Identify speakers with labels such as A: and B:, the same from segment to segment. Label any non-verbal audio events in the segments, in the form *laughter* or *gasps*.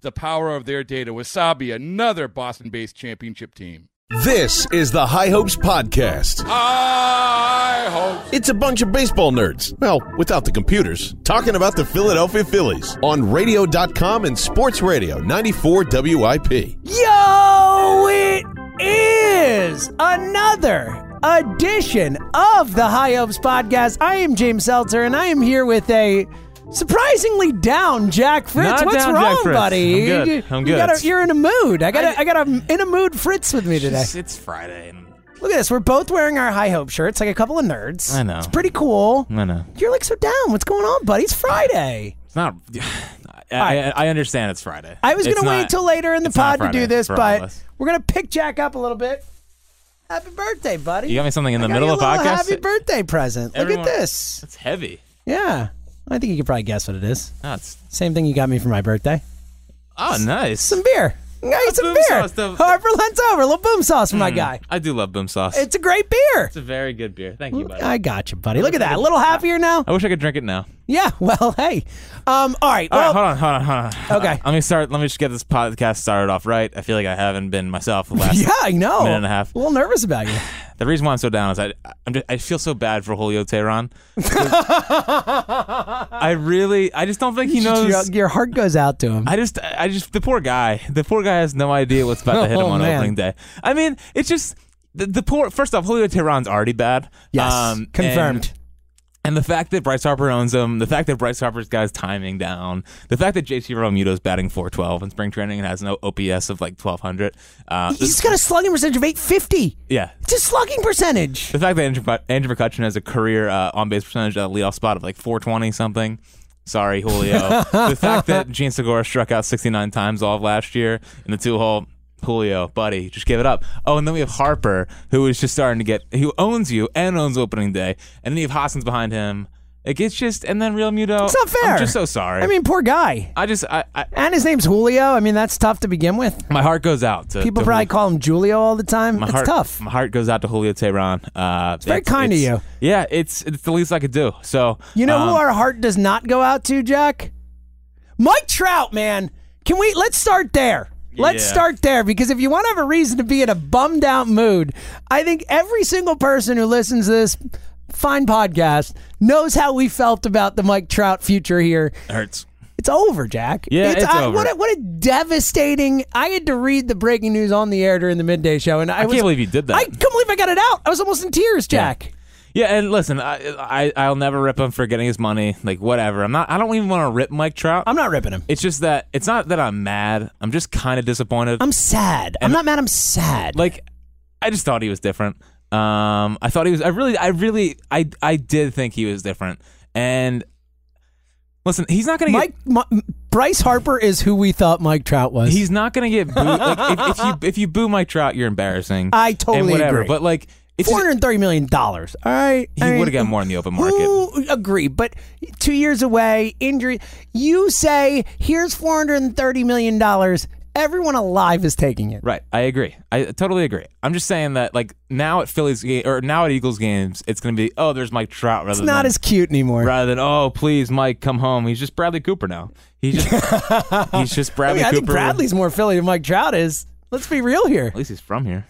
A: the power of their data. Wasabi, another Boston based championship team.
B: This is the High Hopes Podcast.
A: I hope.
B: It's a bunch of baseball nerds, well, without the computers, talking about the Philadelphia Phillies on radio.com and sports radio 94 WIP.
C: Yo, it is another edition of the High Hopes Podcast. I am James Seltzer, and I am here with a surprisingly down Jack Fritz.
D: Not
C: What's
D: down Jack
C: wrong,
D: Fritz.
C: buddy?
D: I'm good.
C: You-
D: I'm
C: You
D: good.
C: gotta, you're in a mood. I got, I, I got a in a mood Fritz with me today.
D: It's, it's Friday. And
C: Look at this. We're both wearing our High Hope shirts, like a couple of nerds.
D: I know.
C: It's pretty cool.
D: I know.
C: You're like so down. What's going on, buddy? It's Friday.
D: It's not. *sighs* I, I, I understand it's Friday.
C: I was
D: It's
C: gonna wait
D: not-
C: till later in the
D: it's not
C: pod to do
D: Friday
C: this,
D: for all of
C: but
D: us.
C: we're gonna pick Jack up a little bit. Happy birthday, buddy!
D: You got me something in
C: I
D: the
C: got
D: middle
C: you a
D: of the
C: little
D: podcast?
C: Happy birthday present.
D: Everyone-
C: Look at this.
D: It's heavy.
C: Yeah, I think you could probably guess what it is.
D: No, it's,
C: Same thing you got me for my birthday.
D: oh, nice.
C: Some beer. I got you some
D: boom
C: beer.
D: sauce, the-
C: Harper Lentz over. A little boom sauce for my guy.
D: I do love boom sauce.
C: It's a great beer.
D: a very good beer. Thank you, buddy.
C: I got you, buddy. Look at that. A little happier now.
D: I wish I could drink it now.
C: Yeah. *laughs* Well, hey. Um. All right.
D: All
C: Well,
D: right, hold on, hold on, hold on.
C: Okay.
D: let me start. Let me just get this podcast started off right. I feel like I haven't been myself
C: *laughs*
D: the last.
C: yeah, I know.
D: Minute and a half.
C: A little nervous about you.
D: The reason why I'm so down is I I'm just, I feel so bad for
C: *laughs*
D: Julio Tehran. I really I just don't think he knows.
C: *laughs* your, your heart goes out to him.
D: I just, I just, the poor guy, the poor guy has no idea what's about to hit him
C: *laughs* Oh,
D: on
C: man.
D: opening day. I mean, it's just the, the poor. First off, Julio Tehran's already bad.
C: yes.
D: Um,
C: confirmed.
D: And, and the fact that Bryce Harper owns him, the fact that Bryce Harper's got his timing down, the fact that JT Romuto's batting 412 in spring training and has an OPS of like 1200. Uh,
C: He's got a slugging percentage of 850.
D: yeah.
C: It's a slugging percentage.
D: The fact that Andrew, Mc- Andrew McCutcheon has a career uh, on base percentage at a leadoff spot of like 420 something. Sorry, Julio.
C: *laughs*
D: the fact that Gene Segura struck out 69 times all of last year in the two hole. Julio, buddy, just give it up. Oh, and then we have Harper, who is just starting to get, who owns you and owns opening day. And then you have Hoskins behind him. Like, it's just, and then Real Muto.
C: It's not fair.
D: I'm just so sorry.
C: I mean, poor guy.
D: I just, I, I
C: And his name's Julio. I mean, that's tough to begin with.
D: my heart goes out to
C: People
D: to
C: probably
D: Julio.
C: call him Julio all the time.
D: My
C: it's
D: heart,
C: tough.
D: My heart goes out to Julio Tehran. Uh, it's
C: very kind of
D: it's- Yeah, it's it's the least I could do. So
C: You know who
D: um,
C: our heart does not go out to, Jack? Mike Trout, man. Can we let's start there. Let's
D: Yeah.
C: start there because if you want to have a reason to be in a bummed out mood, I think every single person who listens to this fine podcast knows how we felt about the Mike Trout future here.
D: hurts.
C: It's over, Jack.
D: Yeah, it's
C: I-
D: over.
C: What a, what a devastating! I had to read the breaking news on the air during the midday show, and I,
D: I
C: was,
D: can't believe you did that.
C: I couldn't believe I got it out. I was almost in tears, Jack.
D: yeah, and listen, I, I I'll never rip him for getting his money. Like whatever. I'm not. I don't even want to rip Mike Trout.
C: I'm not ripping him.
D: it's just that it's not that I'm mad. I'm just kind of disappointed.
C: I'm sad. I'm not mad. I'm sad.
D: like I just thought he was different. Um, I thought he was. I really, I really, I I did think he was different. And listen, he's not gonna get.
C: Mike Mi- Bryce Harper is who we thought Mike Trout was.
D: He's not gonna get booed. like, if, if you if you boo Mike Trout, you're embarrassing.
C: I
D: And
C: totally
D: whatever.
C: agree.
D: But like, it's
C: four
D: just,
C: hundred thirty million dollars. All right,
D: he would have gotten more in the open market.
C: Who agree? But two years away, injury. You say here's four hundred and thirty million dollars, Everyone alive is taking it.
D: Right. I agree. I totally agree. I'm just saying that like now at Phillies ga- or now at Eagles games, it's going to be oh, there's Mike Trout rather
C: It's
D: than
C: not as cute anymore.
D: *laughs* rather than oh, please Mike come home. He's just Bradley Cooper now. He's
C: *laughs*
D: just he's just
C: I,
D: Bradley
C: mean, I
D: Cooper.
C: think Bradley's more Philly than Mike Trout is. Let's be real here.
D: *laughs* At least he's from here.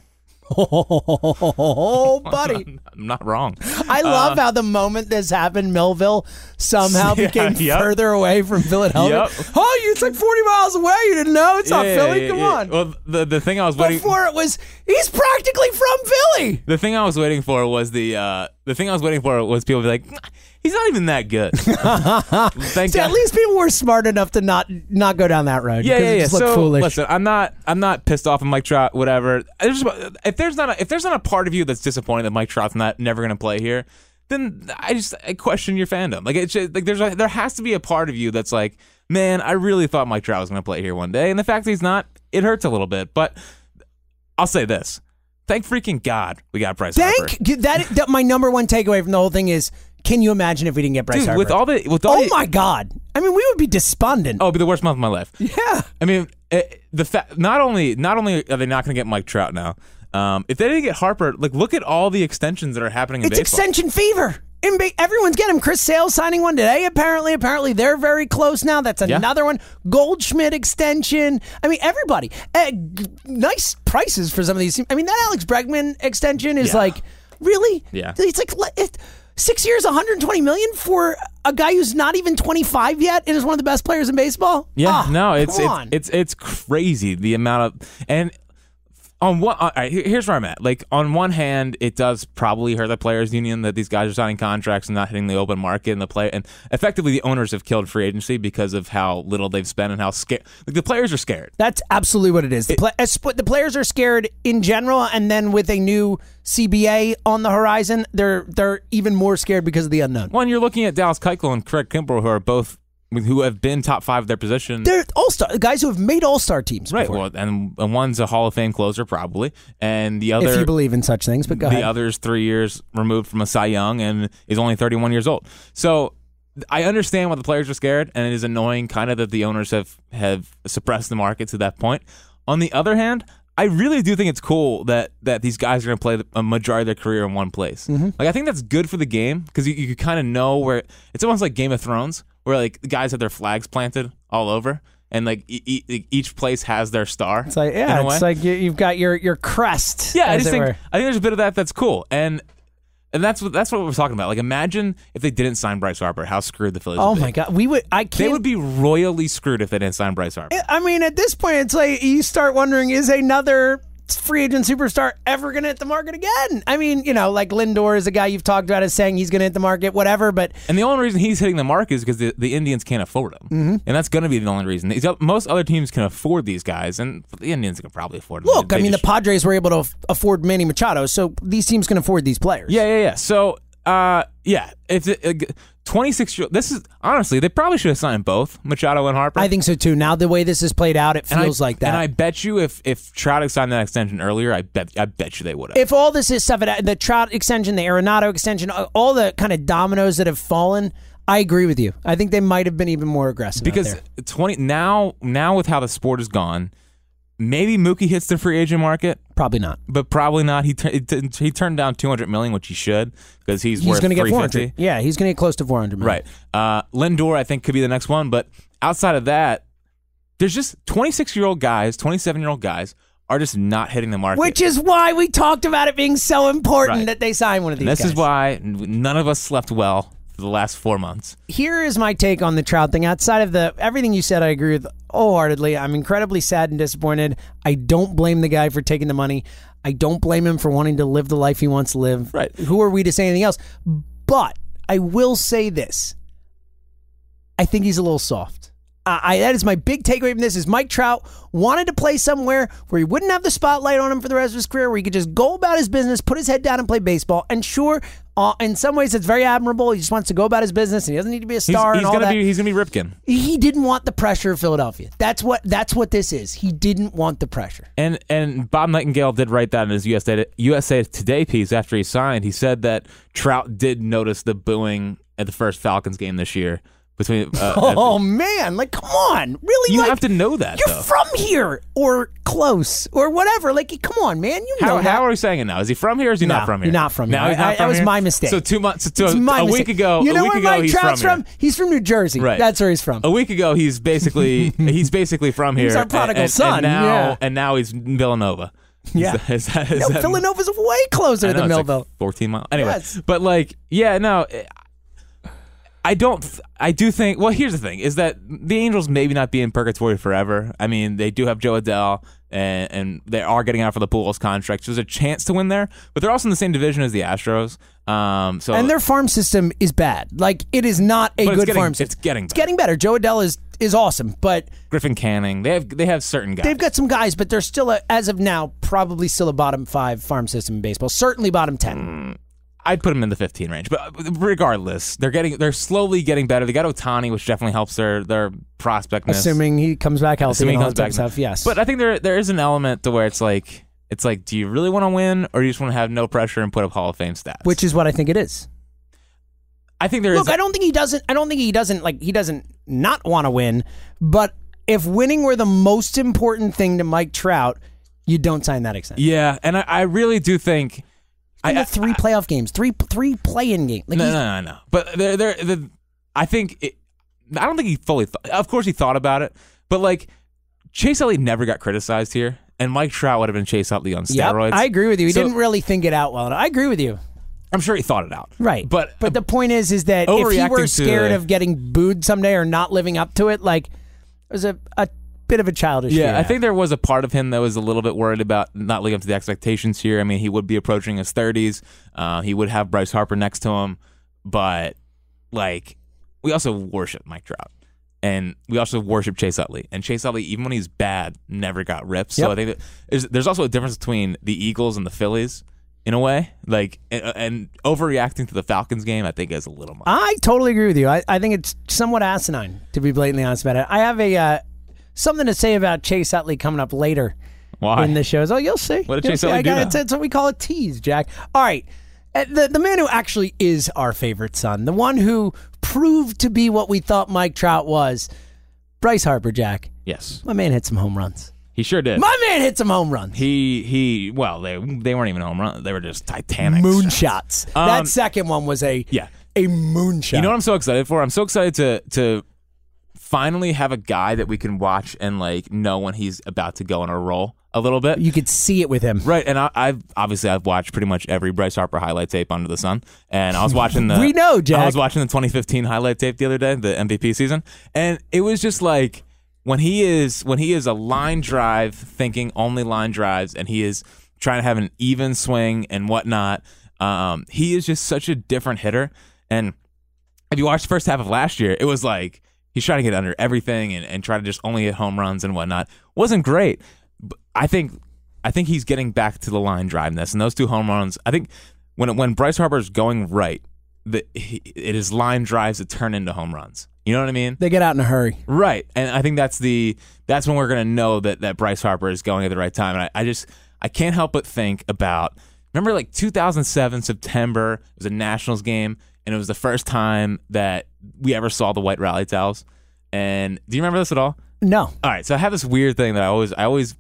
C: Oh, buddy.
D: I'm not wrong.
C: I love how the moment this happened, Millville somehow
D: *laughs* Yeah,
C: became
D: yep.
C: further away from Philadelphia.
D: Yep.
C: Oh, you- it's like 40 miles away. You didn't know? It's not
D: Yeah,
C: Philly.
D: yeah,
C: Come
D: yeah. Oh,
C: on.
D: Well, the the thing I was waiting
C: Before it was, he's practically from Philly.
D: the thing I was waiting for was the uh, the thing I was waiting for was people to be like, "Nah, he's not even
C: *laughs*
D: that good. Thank
C: See,
D: God.
C: at least people were smart enough to not not go down that road.
D: yeah,
C: because
D: yeah,
C: it
D: yeah.
C: Just looked
D: So
C: foolish.
D: listen, I'm not, I'm not pissed off at Mike Trout. Whatever. I just, if there's not, a, if there's not a part of you that's disappointed that Mike Trout's not never going to play here, then I just I question your fandom. Like it's like there's a, there has to be a part of you that's like, man, I really thought Mike Trout was going to play here one day, and the fact that he's not, it hurts a little bit. But I'll say this: thank freaking God we got Bryce. Harper.
C: Thank you- that, that. My number one takeaway from the whole thing is: Can you imagine if we didn't get Bryce
D: dude,
C: Harper?
D: with all the, with all
C: oh
D: the,
C: my God! I mean, we would be despondent.
D: oh, it'd be the worst month of my life.
C: *laughs* Yeah.
D: I mean, it, the fa- not only not only are they not going to get Mike Trout now. Um, if they didn't get Harper, like look at all the extensions that are happening in
C: It's
D: baseball.
C: extension fever. In ba- everyone's getting him. Chris Sale signing one today. Apparently, apparently they're very close now. That's
D: Yeah.
C: another one. Goldschmidt extension. I mean, everybody. Uh, g- nice prices for some of these. teams. I mean, that Alex Bregman extension is
D: Yeah.
C: like really.
D: Yeah.
C: it's like le- it, six years, 120 million for a guy who's not even 25 yet and is one of the best players in baseball.
D: yeah,
C: Ah,
D: no, it's
C: come
D: it's,
C: on.
D: it's it's crazy the amount of and on what all right, here- here's where I'm at. Like on one hand, it does probably hurt the players union that these guys are signing contracts and not hitting the open market and the play and effectively the owners have killed free agency because of how little they've spent and how scared like the players are scared.
C: That's absolutely what it is. The, pla as- the players are scared in general, and then with a new CBA on the horizon, they're they're even more scared because of the unknown.
D: One, you're looking at Dallas Keuchel and Craig Kimbrell, who are both who have been top five of their position.
C: They're all star guys who have made all star teams,
D: Right.
C: before,
D: Well, and, and one's a Hall of Fame closer probably, and the
C: if
D: other
C: you believe in such things, but go
D: the
C: ahead.
D: other's three years removed from a Cy Young and is only 31 years old. So I understand why the players are scared, and it is annoying kind of that the owners have have suppressed the market to that point. On the other hand. I really do think it's cool that, that these guys are going to play the- a majority of their career in one place.
C: Mm-hmm.
D: Like I think that's good for the game because you, you kind of know where it's almost like Game of Thrones, where like the guys have their flags planted all over, and like e- e- each place has their star.
C: it's like yeah,
D: in a way.
C: it's like you, you've got your your crest.
D: Yeah, I
C: as
D: just
C: it
D: think
C: were.
D: I think there's a bit of that that's cool, and and that's what that's what we're talking about. Like, imagine if they didn't sign Bryce Harper, how screwed the Phillies.
C: Oh
D: would be.
C: my god, we would. I can't.
D: They would be royally screwed if they didn't sign Bryce Harper.
C: I mean, at this point, it's like you start wondering: is another free agent superstar ever going to hit the market again? I mean, you know, like Lindor is a guy you've talked about as saying he's going to hit the market, whatever. But
D: And the only reason he's hitting the mark is because the, the Indians can't afford him, mm-hmm. and that's going to be the only reason. These, oth- most other teams can afford these guys, and the Indians can probably afford them.
C: Look,
D: They
C: I mean, the
D: just-
C: Padres were able to aff- afford Manny Machado, so these teams can afford these players.
D: yeah, yeah, yeah. So, uh, yeah, if it- uh, 26 year, this is honestly, they probably should have signed both Machado and Harper.
C: I think so too. Now the way this is played out, it
D: And I-
C: feels like that.
D: And I bet you, if if Trout had signed that extension earlier, I bet I bet you they would have.
C: if all this is stuff, the Trout extension, the Arenado extension, uh, all the kind of dominoes that have fallen, I agree with you. I think they might have been even more aggressive out
D: because
C: there.
D: 20 now now with how the sport is gone maybe mookie hits the free agent market
C: probably not.
D: but probably not he tur- he t- he turned down 200 million which he should because he's,
C: He's
D: worth
C: going to get 400.
D: 350
C: Yeah, he's going to get close to 400 million.
D: right uh lindor i think could be the next one but outside of that there's just 26 year old guys 27 year old guys are just not hitting the market
C: Which is why we talked about it being so important
D: Right.
C: that they sign one of these
D: and this
C: guys.
D: is why n- none of us slept well for the last four months
C: here is my take on the Trout thing. Outside of the everything you said, I agree with wholeheartedly. I'm incredibly sad and disappointed. I don't blame the guy for taking the money. I don't blame him for wanting to live the life he wants to live.
D: Right.
C: Who are we to say anything else? But I will say this. I think he's a little soft. I, I that is my big takeaway from this is Mike Trout wanted to play somewhere where he wouldn't have the spotlight on him for the rest of his career, where he could just go about his business, put his head down, and play baseball. And sure, uh, in some ways, it's very admirable. He just wants to go about his business, and he doesn't need to be a
D: he's,
C: star
D: he's
C: and all
D: gonna
C: that.
D: be he's gonna be ripken
C: he didn't want the pressure of Philadelphia. That's what that's what this is. He didn't want the pressure.
D: And and Bob Nightingale did write that in his USA USA Today piece after he signed. He said that Trout did notice the booing at the first Falcons game this year, between.
C: *laughs*
D: Uh,
C: Oh man, like come on, really?
D: you
C: like,
D: have to know that
C: You're
D: though.
C: from here or close or whatever. Like, come on, man. You know
D: How,
C: that.
D: how are we saying it now? Is he from here? or Is he
C: No,
D: not from here?
C: you're not from
D: Now
C: here.
D: he's
C: I-
D: not
C: I-
D: from
C: that was
D: here?
C: my mistake.
D: So two months. So
C: It's my
D: a
C: mistake.
D: week ago.
C: You know
D: a week
C: where
D: ago,
C: Mike
D: he's
C: Trout's
D: from,
C: from?
D: here.
C: He's from New Jersey.
D: Right. Oh,
C: That's where he's from.
D: A week ago,
C: *laughs*
D: he's basically he's basically from here.
C: He's our
D: and-
C: prodigal
D: and-
C: son,
D: And now,
C: yeah.
D: and now he's in Villanova. Is
C: Yeah.
D: that- is that- is
C: no,
D: that-
C: Villanova's way closer
D: I know,
C: than
D: it's like
C: Millville.
D: 14 miles. Anyway,
C: Yes.
D: but like, yeah, no, eh, I don't. I do think. Well, here's the thing: is that the Angels maybe not be in purgatory forever. I mean, they do have Joe Adele, and, and they are getting out for the Pujols contract. So there's a chance to win there, but they're also in the same division as the Astros. Um, so
C: and their farm system is bad. Like it is not a
D: But it's
C: good
D: getting-
C: farm system.
D: it's getting
C: It's getting better. Joe Adell is is awesome, but
D: Griffin Canning, they have they have certain guys.
C: they've got some guys, but they're still a, as of now probably still a bottom five farm system in baseball. Certainly bottom
D: Mm,
C: ten.
D: I'd put them in the 15 range, but regardless, they're getting they're slowly getting better. They got Otani, which definitely helps their their prospectness.
C: Assuming he comes back healthy
D: assuming
C: and all
D: he comes
C: that
D: back.
C: stuff. Yes,
D: But uh, I think there there is an element to where it's like it's like, do you really want to win, or you just want to have no pressure and put up Hall of Fame stats?
C: which is what I think it is.
D: I think there is.
C: Look, I don't think he doesn't. I don't think he doesn't like. He doesn't not want to win. But if winning were the most important thing to Mike Trout, you don't sign that extension.
D: yeah, and I, I really do think. I,
C: And the
D: I-
C: three playoff games, three three play-in games. Like
D: no,
C: he's-
D: no, no, no. But there, there. The, I think it, I don't think he fully. Th- of course, he thought about it, but like Chase Elliott never got criticized here, and Mike Trout would have been Chase Elliott on
C: Yep,
D: steroids.
C: I agree with you. He
D: So-
C: didn't really think it out well. enough. I agree with you.
D: I'm sure he thought it out.
C: Right.
D: But
C: but the point is is that if he
D: Overreacting
C: were
D: to
C: scared
D: the-
C: of getting booed someday or not living up to it, like it was a, a bit of a childish
D: Yeah,
C: fear.
D: I think there was a part of him that was a little bit worried about not living up to the expectations here. I mean, he would be approaching his 30s. Uh, he would have Bryce Harper next to him, but like we also worship Mike Trout. And we also worship Chase Utley. And Chase Utley, even when he's bad, never got ripped. So
C: Yep.
D: I think that there's, there's also a difference between the Eagles and the Phillies in a way. Like, and, and overreacting to the Falcons game, I think, is a little much.
C: I totally agree with you. I, I think it's somewhat asinine, to be blatantly honest about it. I have a uh, something to say about Chase Utley coming up later
D: Why?
C: in the shows. Oh, you'll see.
D: What did
C: You'll
D: Chase
C: see.
D: Utley
C: I
D: do now?
C: It's, it's what we call a tease, Jack. All right. Uh, The, the man who actually is our favorite son, the one who proved to be what we thought Mike Trout was, Bryce Harper, Jack.
D: yes,
C: My man hit some home runs.
D: he sure did.
C: My man hit some home runs.
D: He he. Well, they they weren't even home run. They were just Titanic
C: Moonshots.
D: Um,
C: that second one was a
D: Yeah.
C: a moonshot.
D: You know what I'm so excited for? I'm so excited to to finally have a guy that we can watch and like know when he's about to go on a roll a little bit.
C: you could see it with him.
D: Right, and I, I've obviously I've watched pretty much every Bryce Harper highlight tape under the sun, and I was watching the
C: *laughs* We know,
D: I
C: Jack.
D: was watching the 2015 highlight tape the other day, the MVP season, and it was just like when he is when he is a line drive thinking only line drives, and he is trying to have an even swing and whatnot. Um, he is just such a different hitter, and if you watched the first half of last year, it was like he's trying to get under everything and, and try to just only hit home runs and whatnot. Wasn't great. But I think I think he's getting back to the line driveness and those two home runs. I think when when Bryce Harper's going right, the, he, it is line drives that turn into home runs. You know what I mean?
C: They get out in a hurry.
D: Right. And I think that's the that's when we're gonna know that, that Bryce Harper is going at the right time. And I, I just I can't help but think about remember like two thousand seven September, it was a nationals game and it was the first time that we ever saw the white rally towels. And do you remember this at all?
C: No.
D: All right, so I have this weird thing that I always I always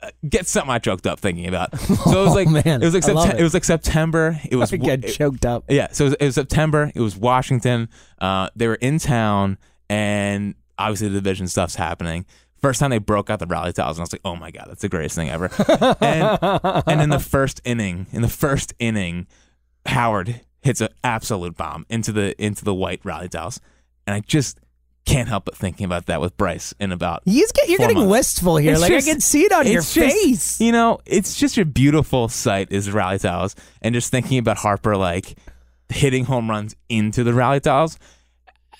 D: uh, get something I choked up
C: *laughs*
D: thinking about. So it was like
C: Oh, man.
D: it was like
C: I love
D: Septe-
C: it.
D: it. was like September. It was
C: I get
D: it-
C: choked up.
D: yeah, so it was, it was September. It was Washington. Uh, they were in town, and obviously the division stuff's happening. First time they broke out the rally towels, and I was like, "Oh my god, that's the greatest thing ever!" and, and in the first inning, in the first inning, Howard hits an absolute bomb into the into the white rally towels, and I just can't help but thinking about that with Bryce and about
C: He's get, you're
D: Four
C: getting
D: months.
C: wistful here.
D: It's
C: like
D: just-
C: I can see it on your
D: it's just-
C: face.
D: You know, it's just a beautiful sight is rally towels, and just thinking about Harper like hitting home runs into the rally towels.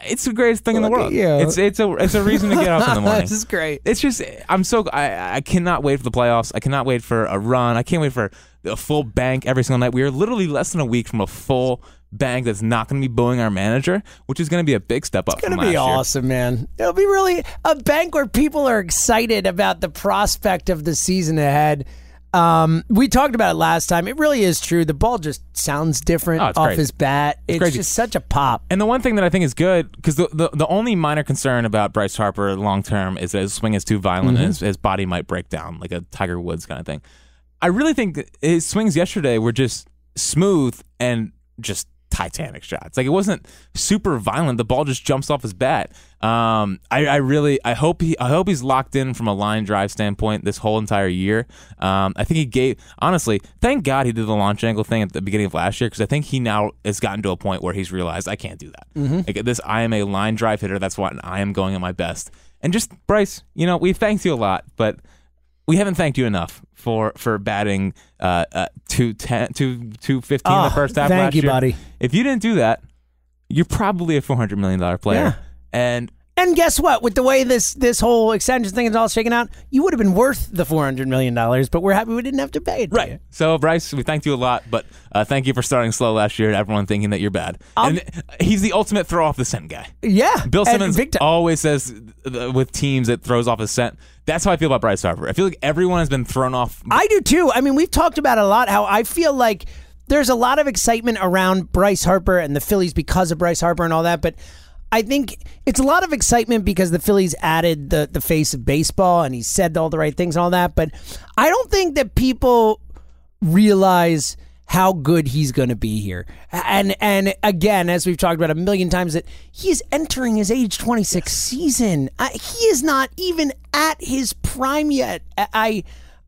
D: It's the greatest thing in
C: Look
D: the
C: at
D: world.
C: you.
D: It's it's a it's a reason to get up in the
C: *laughs*
D: morning.
C: this is great.
D: It's just I'm so I I cannot wait for the playoffs. I cannot wait for a run. I can't wait for a full bank every single night. We are literally less than a week from a full bank that's not going to be booing our manager, which is going to be a big step up.
C: It's
D: from
C: gonna be
D: last year.
C: awesome, man. It'll be really a bank where people are excited about the prospect of the season ahead. Um, we talked about it last time. It really is true. The ball just sounds different
D: Oh,
C: off
D: it's crazy.
C: his bat. It's,
D: crazy.
C: just such a pop.
D: And the one thing that I think is good, because the, the the only minor concern about Bryce Harper long term is that his swing is too violent and his, his body might break down, like a Tiger Woods kind of thing. I really think that his swings yesterday were just smooth and just Titanic shots. Like it wasn't super violent. The ball just jumps off his bat. Um, I, I really, I hope he, I hope he's locked in from a line drive standpoint this whole entire year. Um, I think he gave, honestly, thank God he did the launch angle thing at the beginning of last year because I think he now has gotten to a point where he's realized I can't do that. Like this, I am a line drive hitter. That's what I am going at my best. And just Bryce, you know, we thanked you a lot, but we haven't thanked you enough for for batting uh, uh, two ten two two fifteen
C: Oh,
D: the first half.
C: thank
D: last
C: you,
D: year.
C: buddy.
D: If you didn't do that, you're probably a four hundred million dollar player.
C: Yeah.
D: And
C: And guess what? With the way this this whole extension thing is all shaken out, you would have been worth the four hundred million dollars. But we're happy we didn't have to pay it. to you.
D: So Bryce, we thanked you a lot, but uh, thank you for starting slow last year and everyone thinking that you're bad. and he's the ultimate throw off the scent guy.
C: Yeah.
D: Bill
C: Um, and
D: Simmons
C: big time.
D: always says uh, with teams that throws off his scent. That's how I feel about Bryce Harper. I feel like everyone has been thrown off.
C: I do too. I mean, we've talked about a lot how I feel like there's a lot of excitement around Bryce Harper and the Phillies because of Bryce Harper and all that, but I think it's a lot of excitement because the Phillies added the the face of baseball and he said all the right things and all that, but I don't think that people realize how good he's going to be here. And and again, as we've talked about a million times, that he is entering his age 26 season. I, he is not even at his prime yet. I. I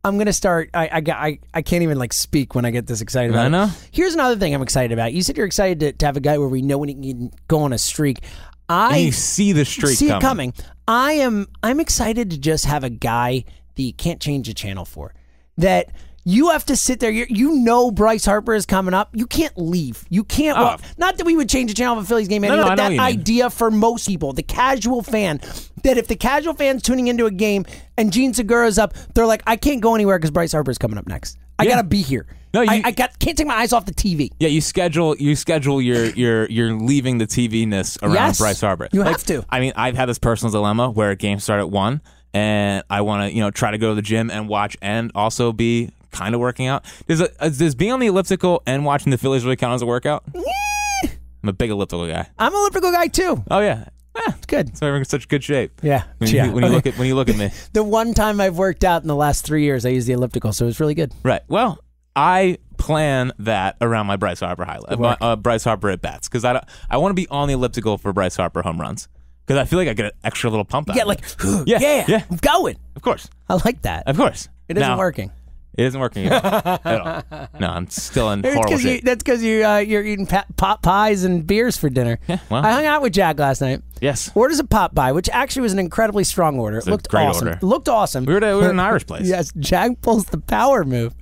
C: I'm gonna start. I, I got- I I can't even like speak when I get this excited about.
D: I
C: it.
D: know.
C: Here's another thing I'm excited about. You said you're excited to, to have a guy where we know when he can go on a streak. I
D: and you see the streak
C: see
D: coming.
C: it coming. I am I'm excited to just have a guy that you can't change the channel for. That you have to sit there. you you know Bryce Harper is coming up. You can't leave. You can't. Well, not that we would change the channel of a Phillies game,
D: Oh. no,
C: anyway,
D: I
C: but
D: know what
C: that
D: you mean.
C: idea for most people, the casual fan, that if the casual fan's tuning into a game and Gene Segura's up, they're like, I can't go anywhere because Bryce Harper's coming up next. I
D: Yeah.
C: gotta be here.
D: No,
C: I,
D: you-
C: I got, can't take my eyes off the TV.
D: Yeah, you schedule you schedule your your your leaving the TV ness around
C: Yes,
D: Bryce Harper.
C: you have to.
D: I mean, I've had this personal dilemma where a game start at one, and I want to you know try to go to the gym and watch, and also be kind of working out. Does a, uh, does being on the elliptical and watching the Phillies really count as a workout? I'm a big elliptical guy.
C: I'm an elliptical guy too.
D: Oh yeah, Eh,
C: It's good.
D: so we're in such good shape.
C: Yeah.
D: When you,
C: Yeah.
D: when you look at when you
C: *laughs*
D: look at me,
C: The one time I've worked out in the last three years, I used the elliptical, so it's really good.
D: right? Well, I plan that around my Bryce Harper highlight, my, uh, Bryce Harper at bats, because I don't, I want to be on the elliptical for Bryce Harper home runs, because I feel like I get an extra little pump out.
C: Yeah,
D: of
C: like, *gasps*
D: it.
C: yeah,
D: Uh, Yeah,
C: yeah,
D: yeah.
C: I'm going.
D: of course,
C: I like that.
D: of course.
C: It isn't
D: Now-
C: working.
D: It isn't working
C: *laughs*
D: at all. at all. No, I'm still in horrible
C: you,
D: shape.
C: that's because you, uh, you're eating pa- pot pies and beers for dinner.
D: Yeah, well.
C: I hung out with Jack last night.
D: Yes,
C: Orders a pot pie, which actually was an incredibly strong order. It
D: a
C: looked
D: great
C: awesome.
D: order.
C: Looked awesome.
D: we were at, we were
C: *laughs*
D: at an Irish place.
C: Yes, Jack pulls the power move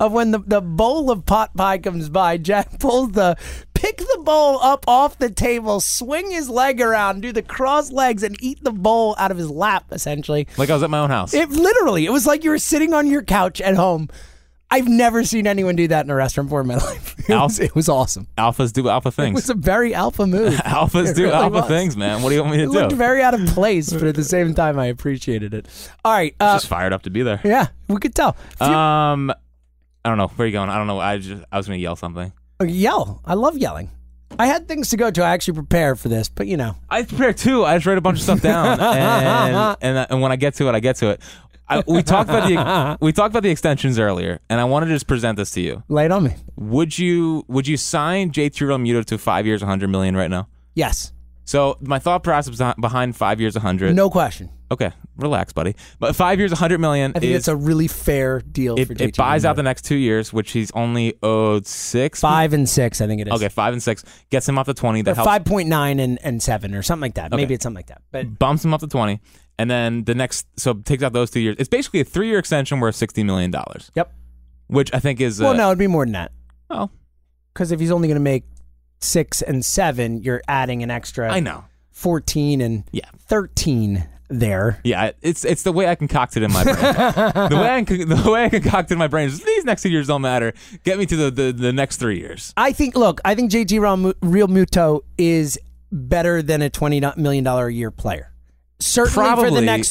C: of when the, the bowl of pot pie comes by. Jack pulls the pick the bowl up off the table, swing his leg around, do the cross legs, and eat the bowl out of his lap. Essentially,
D: Like I was at my own house.
C: it literally it was like you were sitting on your couch at home. I've never seen anyone do that in a restaurant before in my *laughs* life. It
D: Al-
C: was, it was awesome.
D: Alphas do alpha
C: It
D: things.
C: was a very alpha move.
D: *laughs* Alphas
C: It
D: do
C: really
D: alpha
C: was.
D: things, man. What do you want me to
C: It looked
D: do?
C: very
D: *laughs*
C: out of place, but at the same time, I appreciated it. All right, uh,
D: Just fired up to be there.
C: yeah, we could tell. Few-
D: Um, I don't know where are you going. I don't know. I just I was gonna yell something.
C: Uh, Yell. I love yelling. I had things to go to. I actually prepared for this, but you know.
D: I prepared too. I just wrote a bunch of stuff down, and and, uh, and when I get to it, I get to it. I, we talked about the we talked about the extensions earlier, and I want to just present this to you.
C: Lay it on me. Certainly for the next
D: uh, Probably,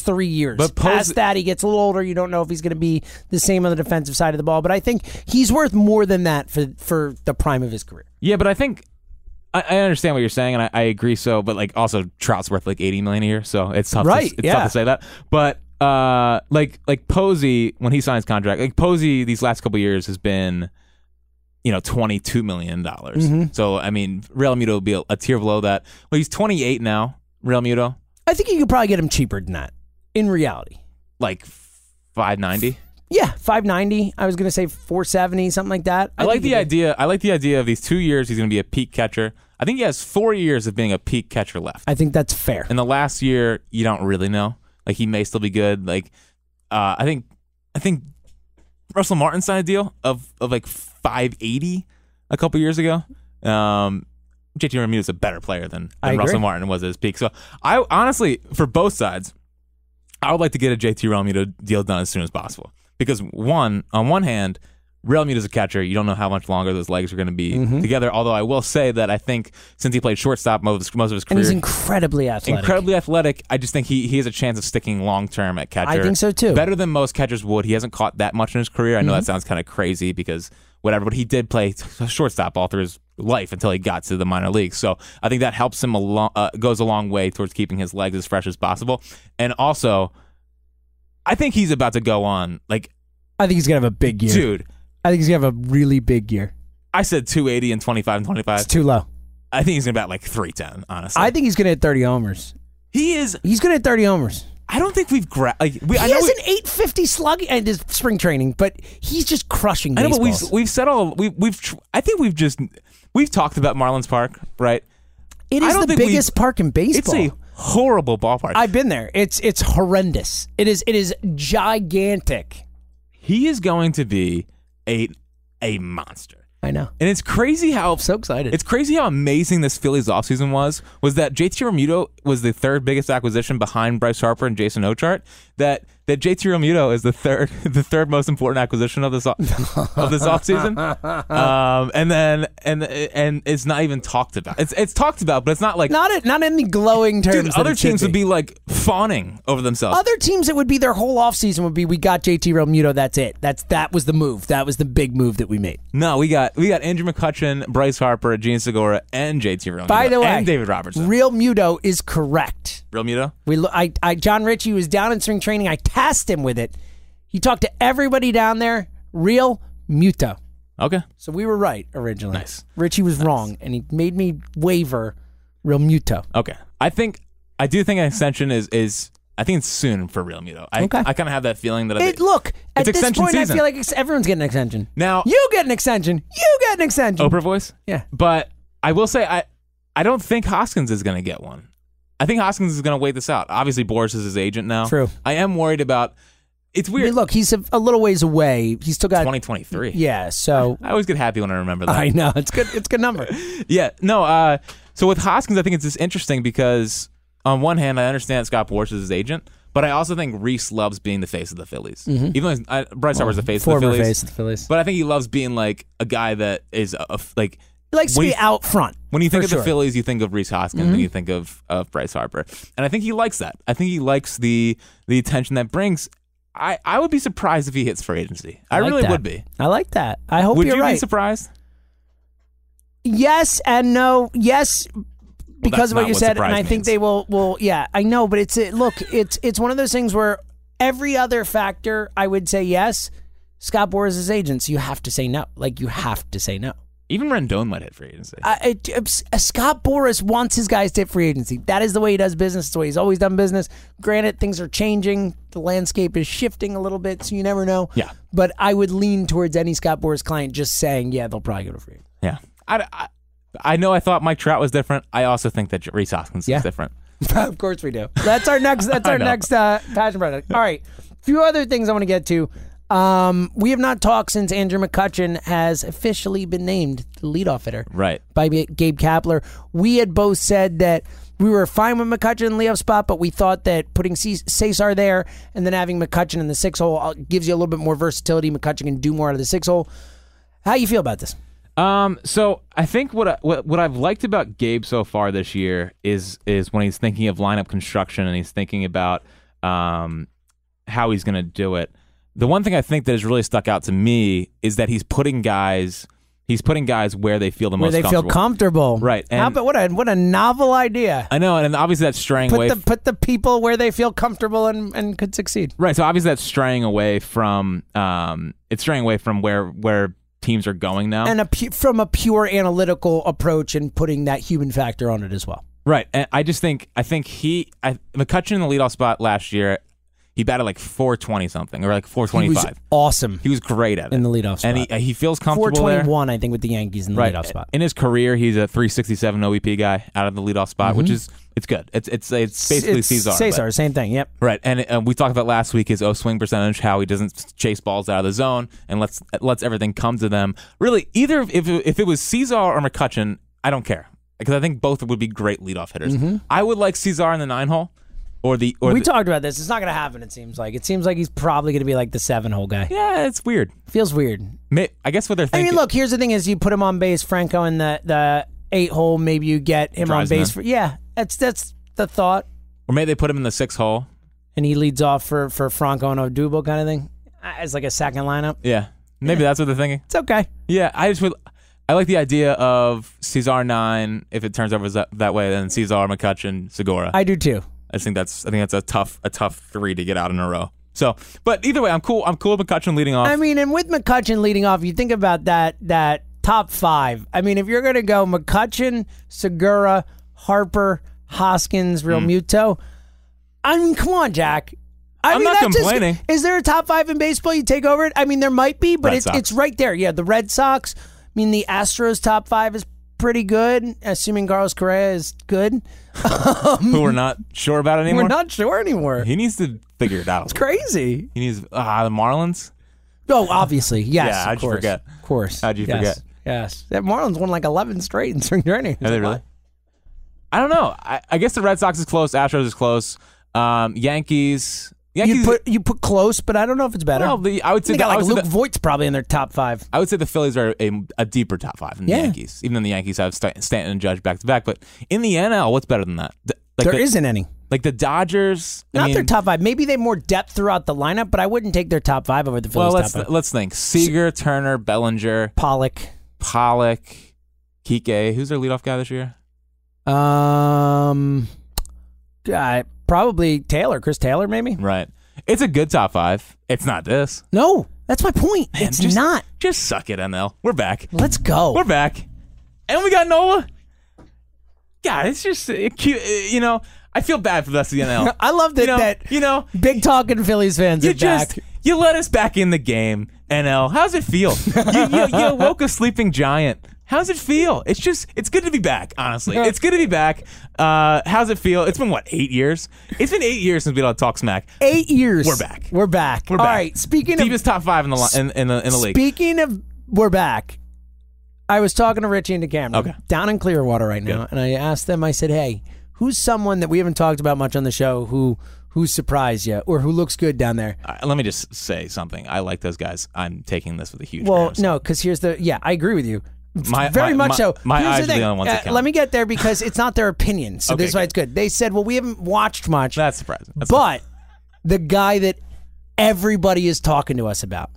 C: three years.
D: but Po's-
C: Past that, he gets a little older. You don't know if he's going to be the same on the defensive side of the ball. But I think he's worth more than that for for the prime of his career.
D: Yeah, but I think I, I understand what you're saying, and I, I agree. So, but like also Trout's worth like 80 million a year, so it's tough.
C: Right,
D: To, it's
C: yeah.
D: tough to say that. But uh, like like Posey when he signs contract, like Posey these last couple years has been, you know, 22 million dollars.
C: Mm-hmm.
D: So I mean, Real Muto will be a, a tier below that. Well, he's 28 now. Real Muto
C: I think you could probably get him cheaper than that in reality.
D: like 590.
C: Yeah, 590. I was going to say 470, something like that.
D: I like
C: think
D: the
C: you could-
D: idea. I like the idea of these two years. He's going to be a peak catcher. I think he has four years of being a peak catcher left.
C: I think that's fair.
D: in the last year, you don't really know. Like he may still be good. Like uh, I think I think Russell Martin signed a deal of of like five eighty a couple years ago. Um, JT Realmuto is a better player than,
C: I
D: than
C: agree.
D: Russell Martin was at his peak. So I honestly, for both sides, I would like to get a JT Realmuto deal done as soon as possible because one, on one hand, Realmuto is a catcher. You don't know how much longer those legs are going to be
C: Mm-hmm.
D: together. Although I will say that I think since he played shortstop most, most of his
C: and
D: career,
C: he's incredibly athletic.
D: incredibly athletic. I just think he he has a chance of sticking long term at catcher.
C: I think so, too. Mm-hmm.
D: Better than most catchers would. He hasn't caught that much in his career. I know that sounds kind of crazy because whatever, but he did play *laughs* t- shortstop all through his life until he got to the minor leagues. So I think that helps him a lo- uh, goes a long way towards keeping his legs as fresh as possible. And also, I think he's about to go on like
C: I think he's going to have a big year.
D: dude.
C: I think he's going to have a really big year.
D: I said 280 and 25 and 25.
C: It's too low.
D: I think he's gonna bat like 310. Honestly,
C: I think he's going to hit 30 homers.
D: he is.
C: He's going to hit 30 homers.
D: I don't think we've gra- like we.
C: he
D: I know
C: has
D: we-
C: an 850 slug and his spring training, but he's just crushing
D: I know,
C: baseballs.
D: but we've we've said all we we've tr- I think we've just we've talked about Marlins Park, right?
C: it
D: I
C: is
D: don't
C: the
D: think we've-
C: biggest park in
D: It's
C: baseball.
D: a horrible ballpark.
C: I've been there. It's it's horrendous. It is it is gigantic.
D: he is going to be a a monster,
C: I know.
D: and it's crazy how
C: I'm so excited.
D: it's crazy how amazing this Phillies offseason was. Was that JT Realmuto was the third biggest acquisition behind Bryce Harper and Jason Ochart? That that JT Realmuto is the third *laughs* the third most important acquisition of this
C: *laughs*
D: o- of this offseason. Um, and then and and it's not even talked about. It's it's talked about, but it's not like
C: not it, not in the glowing terms.
D: Dude,
C: that
D: other
C: it should
D: teams would be like fawning over themselves.
C: Other teams, it would be their whole offseason would be we got JT Realmuto. That's it. That's that was the move. That was the big move that we made.
D: no, we got we got Andrew McCutcheon, Bryce Harper, Gene Segura, and JT Realmuto.
C: By the way,
D: and David Robertson.
C: Real Muto is correct.
D: Realmuto.
C: We, lo- I, I, John Ritchie was down in spring training. I tasked him with it. He talked to everybody down there. Real Muto.
D: Okay.
C: So we were right originally.
D: Nice.
C: Richie was wrong, and he made me waver. Real Muto.
D: Okay. I think I do think an extension is is I think it's soon for Realmuto. I
C: Okay.
D: I kind of have that feeling that I
C: It, look at
D: It's
C: this
D: extension
C: point,
D: season.
C: I feel like ex- everyone's getting an extension.
D: now
C: You get an extension. You get an extension.
D: Oprah voice.
C: Yeah.
D: But I will say I I don't think Hoskins is going to get one. I think Hoskins is going to wait this out. Obviously, Boris is his agent now.
C: True.
D: I am worried about. It's
C: I
D: weird.
C: mean, look, he's a, a little ways away. He's still got
D: 2023.
C: yeah.
D: *laughs*
C: So
D: I always get happy when I remember that.
C: I know it's good. It's a good number.
D: Yeah, no. Uh, so with Hoskins, I think it's just interesting because on one hand, I understand Scott Boras is his agent, but I also think Reese loves being the face of the Phillies. Even though I, Bryce Harper's the face of the
C: Mm-hmm. Oh, Former
D: Phillies,
C: face of the Phillies.
D: but I think he loves being like a guy that is a, a- like
C: He likes to
D: When
C: be
D: you-
C: out front.
D: when you think
C: For
D: of
C: sure. Mm-hmm.
D: the Phillies, you think of Reese Hoskins and you think of of Bryce Harper, and I think he likes that. I think he likes the the attention that brings. I, I would be surprised if he hits free agency. I,
C: like
D: really
C: that.
D: would be.
C: I like that. I hope
D: would
C: you're
D: you
C: right.
D: be surprised?
C: Yes and no. Yes, because
D: that's
C: of what
D: not
C: you
D: what
C: said, and I
D: surprise
C: think
D: means.
C: they will. Will yeah, I know, but it's it, look, it's it's one of those things where every other factor, I would say yes. Scott Boras' agents, you have to say no. Like you have to say no.
D: Even Rendon might hit free agency.
C: I, it, it's- Scott Boras wants his guys to hit free agency. That is the way he does business. It's the way he's always done business. Granted, things are changing. The landscape is shifting a little bit, so you never know.
D: Yeah.
C: But I would lean towards any Scott Boras client just saying, yeah, they'll probably go to free agency.
D: Yeah. I, I, I know I thought Mike Trout was different. I also think that Reese Hoskins
C: Yeah.
D: is different.
C: *laughs* of course we do. That's our next. *laughs* That's
D: I
C: our
D: know.
C: next uh, passion project. All right, few other things I want to get to. Um, we have not talked since Andrew McCutcheon has officially been named the leadoff hitter
D: Right.
C: by G- Gabe Kapler. We had both said that we were fine with McCutcheon in the leadoff spot, but we thought that putting C- Cesar there and then having McCutcheon in the six hole uh, gives you a little bit more versatility. McCutcheon can do more out of the six hole. How you feel about this?
D: Um, so I think what I, what what I've liked about Gabe so far this year is is when he's thinking of lineup construction and he's thinking about um how he's going to do it. The one thing I think that has really stuck out to me is that he's putting guys he's putting guys where they feel the
C: where
D: most
C: they feel
D: comfortable.
C: comfortable.
D: Right,
C: How
D: and-
C: about what a what a novel idea.
D: I know, and obviously that's straying
C: Put
D: away
C: the put the people where they feel comfortable and, and could succeed.
D: Right. So obviously that's straying away from um it's straying away from where where teams are going now.
C: And a pu- from a pure analytical approach and putting that human factor on it as well.
D: right. And I just think I think he I McCutcheon in the leadoff spot last year, he batted like four twenty something or like four
C: He
D: twenty
C: was
D: five.
C: awesome
D: He was great at it.
C: in the leadoff spot.
D: And he he feels comfortable there.
C: 421, I think, with the Yankees in the
D: Right.
C: leadoff spot.
D: In his career, he's a 367 OBP E guy out of the leadoff spot, which is it's good. It's it's it's basically
C: Mm-hmm. it's
D: Cesar. but-
C: Cesar, same thing. Yep.
D: Right, and uh, we talked about last week his O swing percentage, how he doesn't chase balls out of the zone and lets lets everything come to them. Really, either if it, if it was Cesar or McCutcheon, I don't care because I think both would be great leadoff hitters. I would like Cesar in the nine hole, or the or
C: Mm-hmm. We
D: the,
C: talked about this. It's not going to happen. It seems like it seems like he's probably going to be like the seven hole guy.
D: yeah, it's weird.
C: Feels weird.
D: May- I guess what they're
C: I
D: thinking.
C: mean, look. Here's the thing: is you put him on base, Franco, in the the eight hole. Maybe you get him on
D: Drives him
C: base
D: in.
C: for yeah. That's that's the thought,
D: or maybe they put him in the six hole.
C: and he leads off for for Franco and Odubel kind of thing, Uh, as like a second lineup.
D: Yeah, maybe that's what they're thinking.
C: It's okay.
D: Yeah, I just would. I like the idea of Cesar nine if it turns over that, that way, then Cesar McCutcheon Segura.
C: I do too.
D: I think that's I think that's a tough a tough three to get out in a row. So, but either way, I'm cool. I'm cool with McCutcheon leading off.
C: I mean, and with McCutcheon leading off, you think about that that top five. I mean, if you're going to go McCutcheon, Segura, Harper, Hoskins, Real
D: Hmm.
C: Muto, I mean, come on, Jack. I
D: I'm
C: mean,
D: not
C: that's just-
D: complaining.
C: is there a top five in baseball? You take over it. I mean, there might be, but
D: Red
C: it's
D: Sox.
C: it's right there. Yeah, the Red Sox. I mean, the Astros top five is pretty good, assuming Carlos Correa is good.
D: who we're not sure about anymore.
C: We're not sure anymore.
D: he needs to figure it out.
C: Crazy.
D: He needs ah the Marlins.
C: Oh, obviously, yes.
D: Yeah,
C: of
D: how'd you
C: course.
D: forget?
C: Of course.
D: How'd you
C: yes.
D: forget?
C: Yes. That Marlins won like 11 straight in spring training.
D: Are they really? I don't know. I, I guess the Red Sox is close. Astros is close. Um, Yankees. Yankees.
C: You put you put close, but I don't know if it's better.
D: no, the, I would say
C: they
D: the,
C: got
D: I
C: like
D: would say
C: Luke
D: the-
C: Voigt's probably in their top five.
D: I would say the Phillies are a, a deeper top five than
C: Yeah.
D: the Yankees, even though the Yankees have Sta- Stanton and Judge back to back. But in the NL, what's better than that? The, like
C: There
D: the,
C: not any.
D: like the Dodgers. I
C: Not
D: mean,
C: their top five. Maybe they more depth throughout the lineup, but I wouldn't take their top five over the Phillies
D: Well, let's
C: top five.
D: let's think. Seager, Turner, Bellinger,
C: Pollock.
D: Pollock, Kike. Who's their leadoff guy this year?
C: Um, uh, probably Taylor, Chris Taylor, maybe.
D: Right. It's a good top five. It's not this.
C: No, that's my point. it's
D: just-
C: not.
D: Just suck it, NL. We're back.
C: Let's go.
D: We're back. And we got Nola. God, it's just it, cute. You know, I feel bad for the rest of the NL.
C: *laughs* I love that.
D: you know,
C: that
D: you know,
C: big talking Phillies fans
D: you
C: are
D: just
C: back.
D: you let us back in the game. NL, how's
C: *laughs*
D: it feel? you, you, you awoke a sleeping giant. How's it feel? It's just it's good to be back. Honestly, it's good to be back. Uh, how's it feel? It's been what eight years? It's been eight years since we don't talk smack.
C: Eight years.
D: We're back.
C: We're back.
D: We're
C: All
D: back.
C: right. Speaking of
D: Deepest top five in the li- in, in the in the league.
C: Speaking of, we're back. I was talking to Richie and to Cameron
D: Okay.
C: down in Clearwater right now, and I asked them. I said, "Hey, who's someone that we haven't talked about much on the show who who surprised you or who looks good down there?"
D: Uh, let me just say something. I like those guys. I'm taking this with a huge.
C: Well,
D: grain of
C: no, because here's the yeah, I agree with you.
D: My-
C: Very
D: my-
C: much
D: my-
C: so.
D: my
C: Here's
D: eyes are the
C: thing.
D: only ones that
C: Uh,
D: count.
C: let me get there because it's not their opinion, so
D: Okay,
C: this is why
D: good.
C: it's good. They said, "Well, we haven't watched much,
D: salt. That's surprising. That's
C: but the guy that everybody is talking to us about,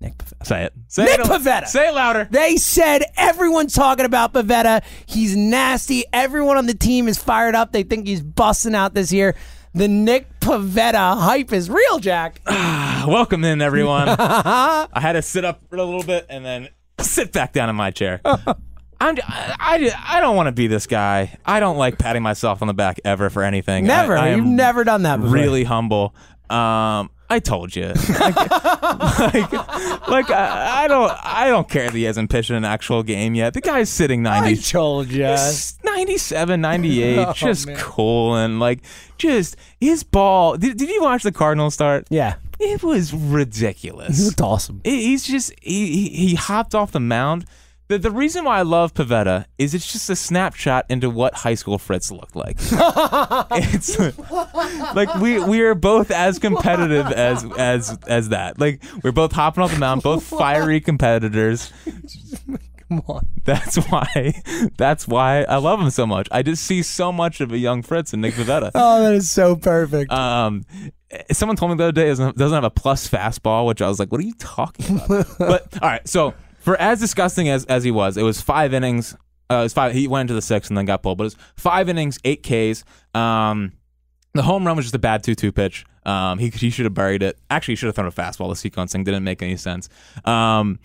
C: Nick Pavetta."
D: say it. Say
C: Nick
D: it.
C: Pivetta!
D: Say it louder.
C: They said everyone's talking about Pavetta. He's nasty. Everyone on the team is fired up. They think he's busting out this year. The Nick Pavetta hype is real, Jack.
D: Uh, Welcome
C: *laughs*
D: in, everyone. I had to sit up for a little bit and then sit back down in
C: *laughs*
D: my chair. I'm, I, I, I don't want to be this guy. I don't like patting myself on the back ever for anything. I-
C: Never.
D: I
C: You've
D: am
C: never done that before.
D: Really humble. Um, I told you.
C: *laughs*
D: like, like, like, I, I don't, I don't care if he hasn't pitched in an actual game yet. The guy's sitting
C: I Oh,
D: 90,
C: told you.
D: 97, 98,
C: *laughs*
D: just cool and like, just his ball. Did, did you watch the Cardinals start?
C: Yeah.
D: It was
C: He
D: ridiculous.
C: looked
D: *laughs*
C: awesome.
D: He- He's just he, he he hopped off the mound. The the reason why I love Pavetta is it's just a snapshot into what high school Fritz looked like. it's like we we are both as competitive as as as that. Like we're both hopping off the mound, both fiery competitors.
C: Come on.
D: That's *laughs* why. That's why I love him so much. I just see so much of a young Fritz and Nick Pavetta.
C: Oh, that is so perfect.
D: Um, someone told me the other day doesn't doesn't have a plus fastball, which I was like, what are you talking about? but all right, so for as disgusting as as he was, it was five innings. Uh, it was five. He went into the sixth and then got pulled, but it was five innings, eight Ks. Um, the home run was just a bad two-two pitch. Um, he he should have buried it. Actually, he should have thrown a fastball. The sequencing didn't make any sense. Um,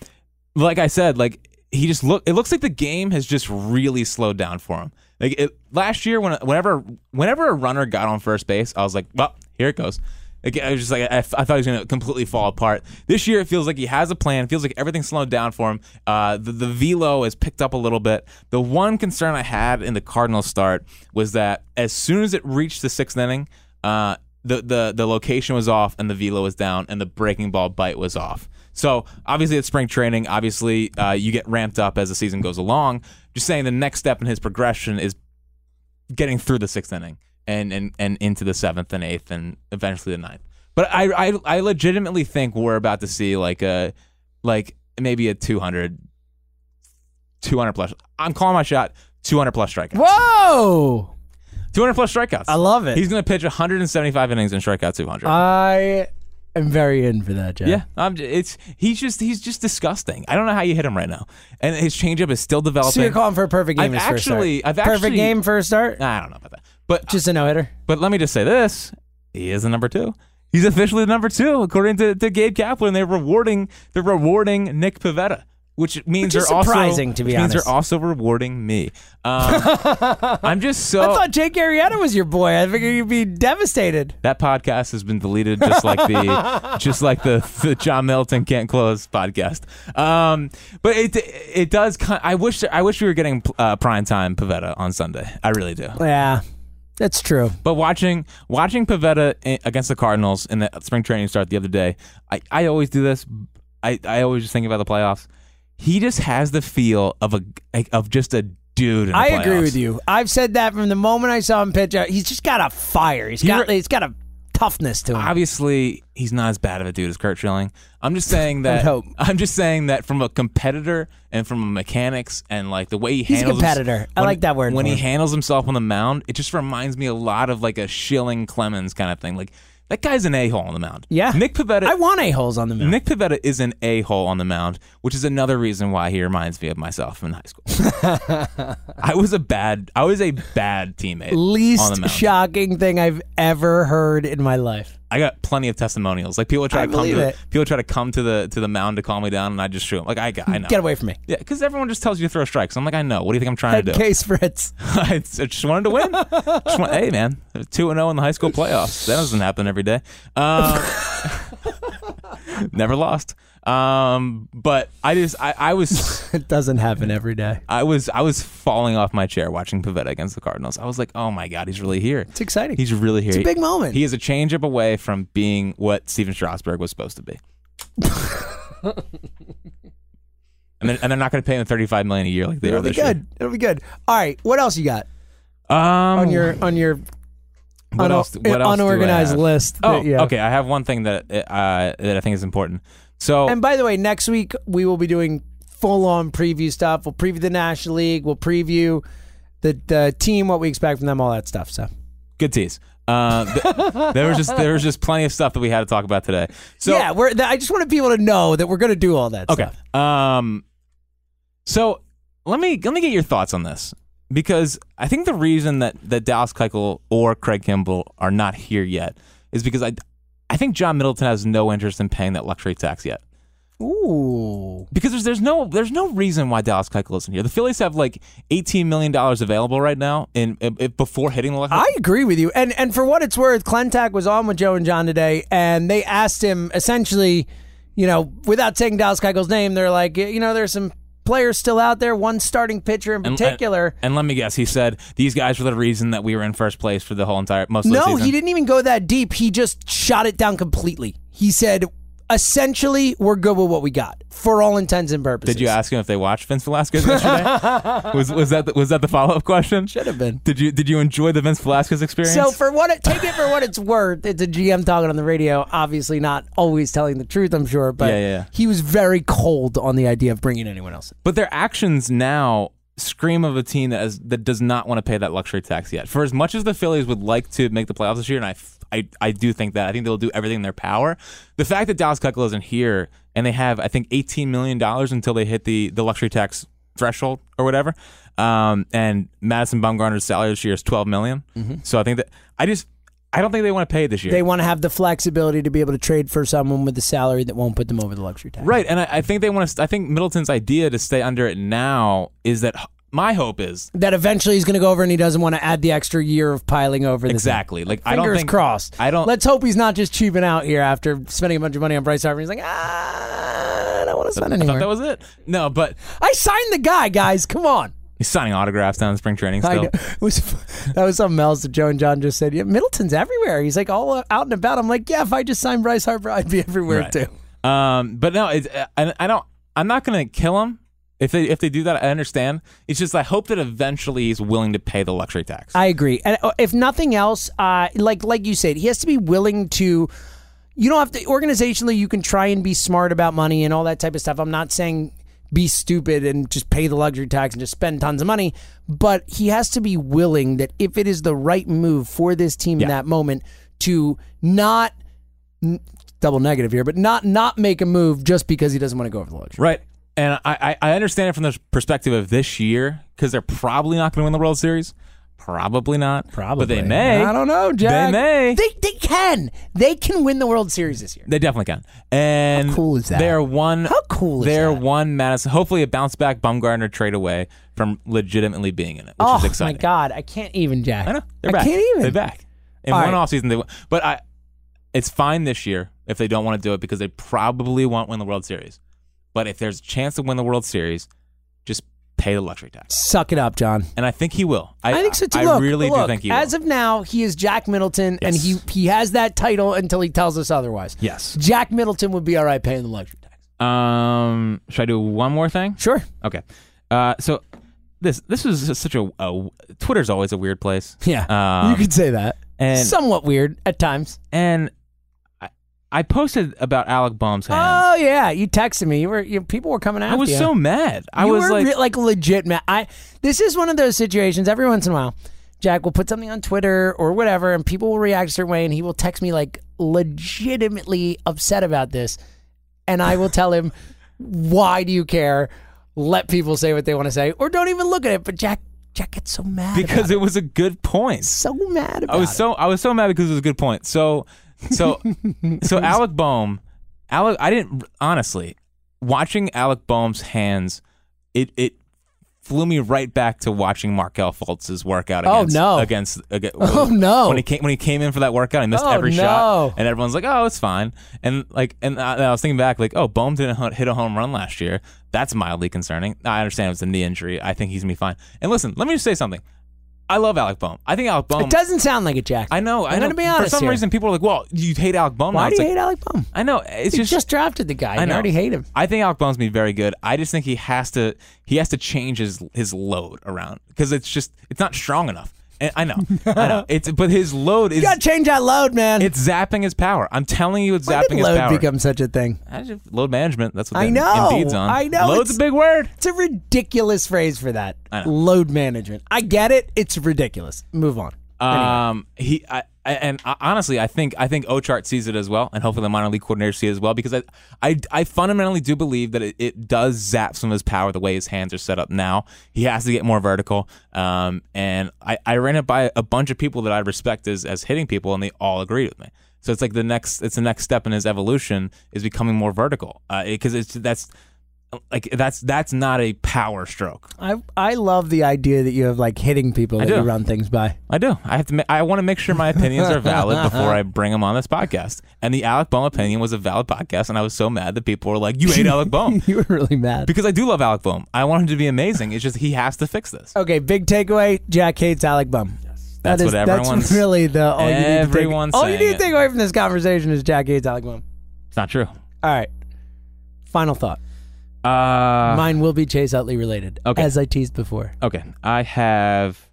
D: like I said, like he just look. It looks like the game has just really slowed down for him. Like it, last year, when whenever whenever a runner got on first base, I was like, well, here it goes. Like, I was just like, I, I thought he was going to completely fall apart. This year, it feels like he has a plan. It feels like everything's slowed down for him. Uh, the, the velo has picked up a little bit. The one concern I had in the Cardinals start was that as soon as it reached the sixth inning, uh, the, the, the location was off and the velo was down and the breaking ball bite was off. So obviously, it's spring training. Obviously, uh, you get ramped up as the season goes along. Just saying, the next step in his progression is getting through the sixth inning and and, and into the seventh and eighth and eventually the ninth. But I, I I legitimately think we're about to see like a like maybe a 200 200 plus. I'm calling my shot 200 plus strikeouts.
C: Whoa!
D: 200 plus strikeouts.
C: I love it.
D: He's going to pitch 175 innings and strike out 200.
C: I am very in for that, Jeff.
D: yeah, I'm, it's he's just he's just disgusting. I don't know how you hit him right now, and his changeup is still developing.
C: So you're calling for a perfect game
D: I've
C: as first start.
D: actually- I've
C: perfect
D: actually-
C: game first start.
D: I don't know about that, but
C: Just a no hitter.
D: But let me just say this: he is the number two. He's officially the number two, according to, to Gabe Kaplan. They're rewarding they're rewarding Nick Pavetta, which means
C: Which is
D: they're
C: surprising,
D: also,
C: to be
D: which means
C: honest.
D: they're also rewarding me.
C: *laughs*
D: Um, I'm just so
C: I thought Jake Arrieta was your boy. I figured you'd be devastated.
D: that podcast has been deleted, just
C: *laughs*
D: like the just like the, the John Middleton can't close podcast. Um, but it it does. Kind I wish I wish we were getting uh, prime time Pavetta on Sunday. I really do.
C: Yeah, that's true.
D: But watching watching Pavetta i- against the Cardinals in the spring training start the other day, I, I always do this. I, I always just think about the playoffs. He just has the feel of a of just a dude. In the
C: I agree
D: playoffs.
C: with you. I've said that from the moment I saw him pitch. out. He's just got a fire. He's got
D: You're-
C: he's got a toughness to him.
D: Obviously, he's not as bad of a dude as Kurt Schilling. I'm just
C: *laughs*
D: saying that.
C: hope.
D: I'm just saying that from a competitor and from a mechanics and like the way he
C: He's a
D: handles
C: competitor. I
D: when-
C: like that word
D: When
C: for
D: he
C: him.
D: handles himself on the mound, it just reminds me a lot of like a Schilling Clemens kind of thing. Like that guy's an a hole on the mound.
C: yeah,
D: Nick Pavetta.
C: I want a holes on the mound.
D: Nick Pivetta is an a hole on the mound, which is another reason why he reminds me of myself in high
C: *laughs*
D: school. I was a bad, I was a bad teammate.
C: *laughs*
D: on the
C: Least
D: mound.
C: shocking thing I've ever heard in my life.
D: I got plenty of testimonials. Like people try
C: I
D: to come
C: believe
D: to
C: it.
D: people try to come to the to the mound to calm me down, and I just shoot them. Like I got, I know.
C: Get away from me.
D: Yeah, because everyone just tells you to throw strikes. I'm like, I know. What do you think I'm trying
C: Head
D: to do?
C: case Fritz.
D: *laughs*
C: *laughs*
D: I just wanted to win. Just want- hey, man, two and zero in the high school playoffs. That doesn't happen every day. Um, *laughs* never lost. Um, but I just, I, I was.
C: It doesn't happen every day.
D: I was I was falling off my chair watching Pavetta against the Cardinals. I was like, oh my god, he's really here.
C: It's exciting.
D: He's really here.
C: It's a big moment.
D: He is a changeup away from being what Steven Strasburg was supposed
C: *laughs*
D: to be. and, they're, and they're not going to pay him thirty five million a year like they are
C: It'll be
D: this
C: good. It'll be good. All right. What else you got
D: year. Um,
C: on your on your
D: what
C: uno-
D: else? What else do I
C: unorganized
D: have?
C: list?
D: Oh,
C: that- yeah.
D: okay. I have one thing that uh, that I think is important. So
C: And by the way, next week we will be doing full on preview stuff. We'll preview the National League. We'll preview the, the team, what we expect from them, all that stuff. So
D: good tease. Uh, th- there was just there was just plenty of stuff that we had to talk about today. So
C: yeah, we're. th- I just wanted people to know that we're going to do all that.
D: Okay.
C: stuff.
D: Um so let me let me get your thoughts on this because I think the reason that that Dallas Keuchel or Craig Kimball are not here yet is because I I think John Middleton has no interest in paying that luxury tax yet.
C: Ooh,
D: Because there's, there's no there's no reason why Dallas Keuchel isn't here. The Phillies have like 18 million dollars available right now in, in, in- before hitting the luxury
C: I agree with you. And and for what it's worth, Clentac was on with Joe and John today, and they asked him essentially, you know, without saying Dallas Keuchel's name, they're like, you know, there's some players still out there. One starting pitcher in
D: And-
C: particular.
D: And, and let me guess, he said these guys were the reason that we were in first place for the whole entire most of the
C: No,
D: season.
C: he didn't even go that deep. He just shot it down completely. He said, essentially, we're good with what we got for all intents and purposes.
D: Did you ask him if they watched Vince Velasquez yesterday?
C: *laughs*
D: was was that the, was that the follow up question?
C: Should have been.
D: Did you did you enjoy the Vince Velasquez experience?
C: So for what it, take it for what it's worth, it's a GM talking on the radio. Obviously, not always telling the truth. I'm sure, but
D: Yeah, yeah, yeah.
C: he was very cold on the idea of bringing anyone else. in.
D: But their actions now scream of a team that is, that does not want to pay that luxury tax yet. For as much as the Phillies would like to make the playoffs this year, and I, f- I, I do think that I think they'll do everything in their power. The fact that Dallas Keuchel isn't here and they have I think eighteen million dollars until they hit the the luxury tax threshold or whatever, um, and Madison Bumgarner's salary this year is twelve million. So I think that I just I don't think they want to pay it this year.
C: They want to have the flexibility to be able to trade for someone with a salary that won't put them over the luxury tax.
D: Right, and I, I think they want to. I think Middleton's idea to stay under it now is that my hope is
C: That eventually he's going to go over and he doesn't want to add the extra year of piling over. the thing.
D: Exactly. Like I
C: Fingers
D: don't think
C: crossed.
D: I don't.
C: Let's hope he's not just cheaping out here after spending a bunch of money on Bryce Harper. He's like, ah, I don't want to spend
D: I
C: anymore.
D: thought that was it. No, but
C: I signed the guy, guys. Come on.
D: he's signing autographs down in spring training
C: I
D: still.
C: know. It was that was something else that Joe and John just said. Yeah, Middleton's everywhere. He's like all out and about. I'm like, yeah, if I just signed Bryce Harper, I'd be everywhere
D: Right.
C: too.
D: Um, but no, it's, I, I don't. I'm not gonna kill him if they if they do that. I understand. It's just I hope that eventually he's willing to pay the luxury tax.
C: I agree. And uh, if nothing else, uh, like like you said, he has to be willing to. You don't have to organizationally. You can try and be smart about money and all that type of stuff. I'm not saying be stupid and just pay the luxury tax and just spend tons of money, but he has to be willing that if it is the right move for this team in
D: Yeah.
C: that moment to not n- double negative here, but not not make a move just because he doesn't want to go over the luxury.
D: Right. And I, I I understand it from the perspective of this year because they're probably not going to win the World Series. Probably not. But they may.
C: I don't know, Jack.
D: may.
C: They they can. They can win the World Series this year.
D: They definitely can. And
C: How cool is that?
D: They're one.
C: How cool is
D: they're
C: that?
D: one Madison. Hopefully, a bounce back Bumgarner trade away from legitimately being in it, which
C: oh
D: is exciting.
C: my god, I can't even, Jack.
D: I know they're back.
C: can't even.
D: They're back in
C: All
D: one
C: right.
D: off offseason. They won. but I. It's fine this year if they don't want to do it because they probably won't win the World Series. But if there's a chance to win the World Series, just pay the luxury tax.
C: Suck it up, John.
D: And I think he will. I,
C: I, think so too.
D: I
C: look,
D: really
C: look,
D: do think he
C: as
D: will.
C: of now, he is Jack Middleton, and
D: Yes.
C: he he has that title until he tells us otherwise.
D: yes.
C: Jack Middleton would be all right paying the luxury tax.
D: Um. Should I do one more thing?
C: Sure.
D: Okay. Uh, so this this is just such a, a Twitter's always a weird place.
C: *laughs* Yeah,
D: Um,
C: you could say that.
D: and
C: Somewhat weird at times.
D: and I, I posted about Alec Baum's hands.
C: Oh yeah, you texted me. You were you, people were coming out.
D: I was so mad. I
C: Oh, you
D: was
C: were
D: like,
C: re- like legit mad. I this is one of those situations. Every once in a while, Jack will put something on Twitter or whatever, and people will react a certain way, and he will text me like legitimately upset about this, and I will tell him, *laughs* "Why do you care? Let people say what they want to say, or don't even look at it." But Jack, Jack gets so mad
D: because
C: about
D: it was a good point.
C: so mad about
D: I was
C: it.
D: so I was so mad because it was a good point. So
C: *laughs*
D: so so Alec Boehm, Alec I didn't honestly watching Alec Boehm's hands, it it flew me right back to watching Markel Fultz's workout
C: Oh,
D: against
C: no.
D: against, aga-
C: *laughs* Oh, no.
D: when he came when he came in for that workout he missed
C: Oh,
D: every
C: no.
D: shot and everyone's like oh it's fine and like and I, and I was thinking back like oh Boehm didn't hu- hit a home run last year that's mildly concerning I understand it was a knee injury I think he's gonna be fine and listen let me just say something I love Alec Boehm I think Alec Boehm
C: It doesn't sound like it, Jack.
D: Oh, um, I know. I
C: I'm
D: know.
C: gonna be honest
D: For some
C: here.
D: reason, people are like, "Well, you hate Alec Bohm."
C: Why
D: now.
C: do
D: It's
C: you
D: like,
C: hate Alec Bum?
D: I know. It's
C: He
D: just,
C: just, drafted the guy.
D: I
C: and
D: know.
C: I already hate him.
D: I think Alec Bohm's gonna be very good. I just think he has to. He has to change his his load around because it's just it's not strong enough. And I know. I
C: *laughs*
D: know. It's but his load
C: You
D: is
C: gotta change that load, man.
D: it's zapping his power. I'm telling you, it's
C: Why
D: zapping
C: did
D: his
C: load
D: power.
C: become such a thing?
D: I just- load management. That's what
C: I
D: the
C: know,
D: Indeed's on.
C: I know,
D: Load's
C: it's-
D: a big word.
C: It's a ridiculous phrase for that.
D: I know.
C: Load management. I get it. It's ridiculous. Move on.
D: Um, he, I, I- and I, honestly, I think I think Ochart sees it as well, and hopefully the minor league coordinators see it as well, because I, I, I fundamentally do believe that it, it does zap some of his power the way his hands are set up now. He has to get more vertical. Um, and I, I ran it by a bunch of people that I respect as as hitting people, and they all agreed with me. So it's like the next, it's the next step in his evolution is becoming more vertical, because it's that's. Like that's that's not a power stroke.
C: I I love the idea that you have like hitting people that
D: do.
C: you run things by.
D: I do. I have to. Ma- I want to make sure my opinions are valid before I bring them on this podcast. And the Alec Bohm opinion was a valid podcast, and I was so mad that people were like, "You hate Alec *laughs* Bohm,"
C: *laughs* you were really mad.
D: because I do love Alec Bohm. I want him to be amazing. It's just he has to fix this.
C: okay, big takeaway. Jack hates Alec Bum.
D: That's what everyone's.
C: That's really the all you need to take.
D: everyone's
C: All you
D: saying
C: need to
D: it.
C: take away from this conversation is Jack hates Alec Bum.
D: it's not true.
C: All right. Final thought.
D: Uh,
C: Mine will be Chase Utley related,
D: Okay.
C: as I teased before.
D: okay, I have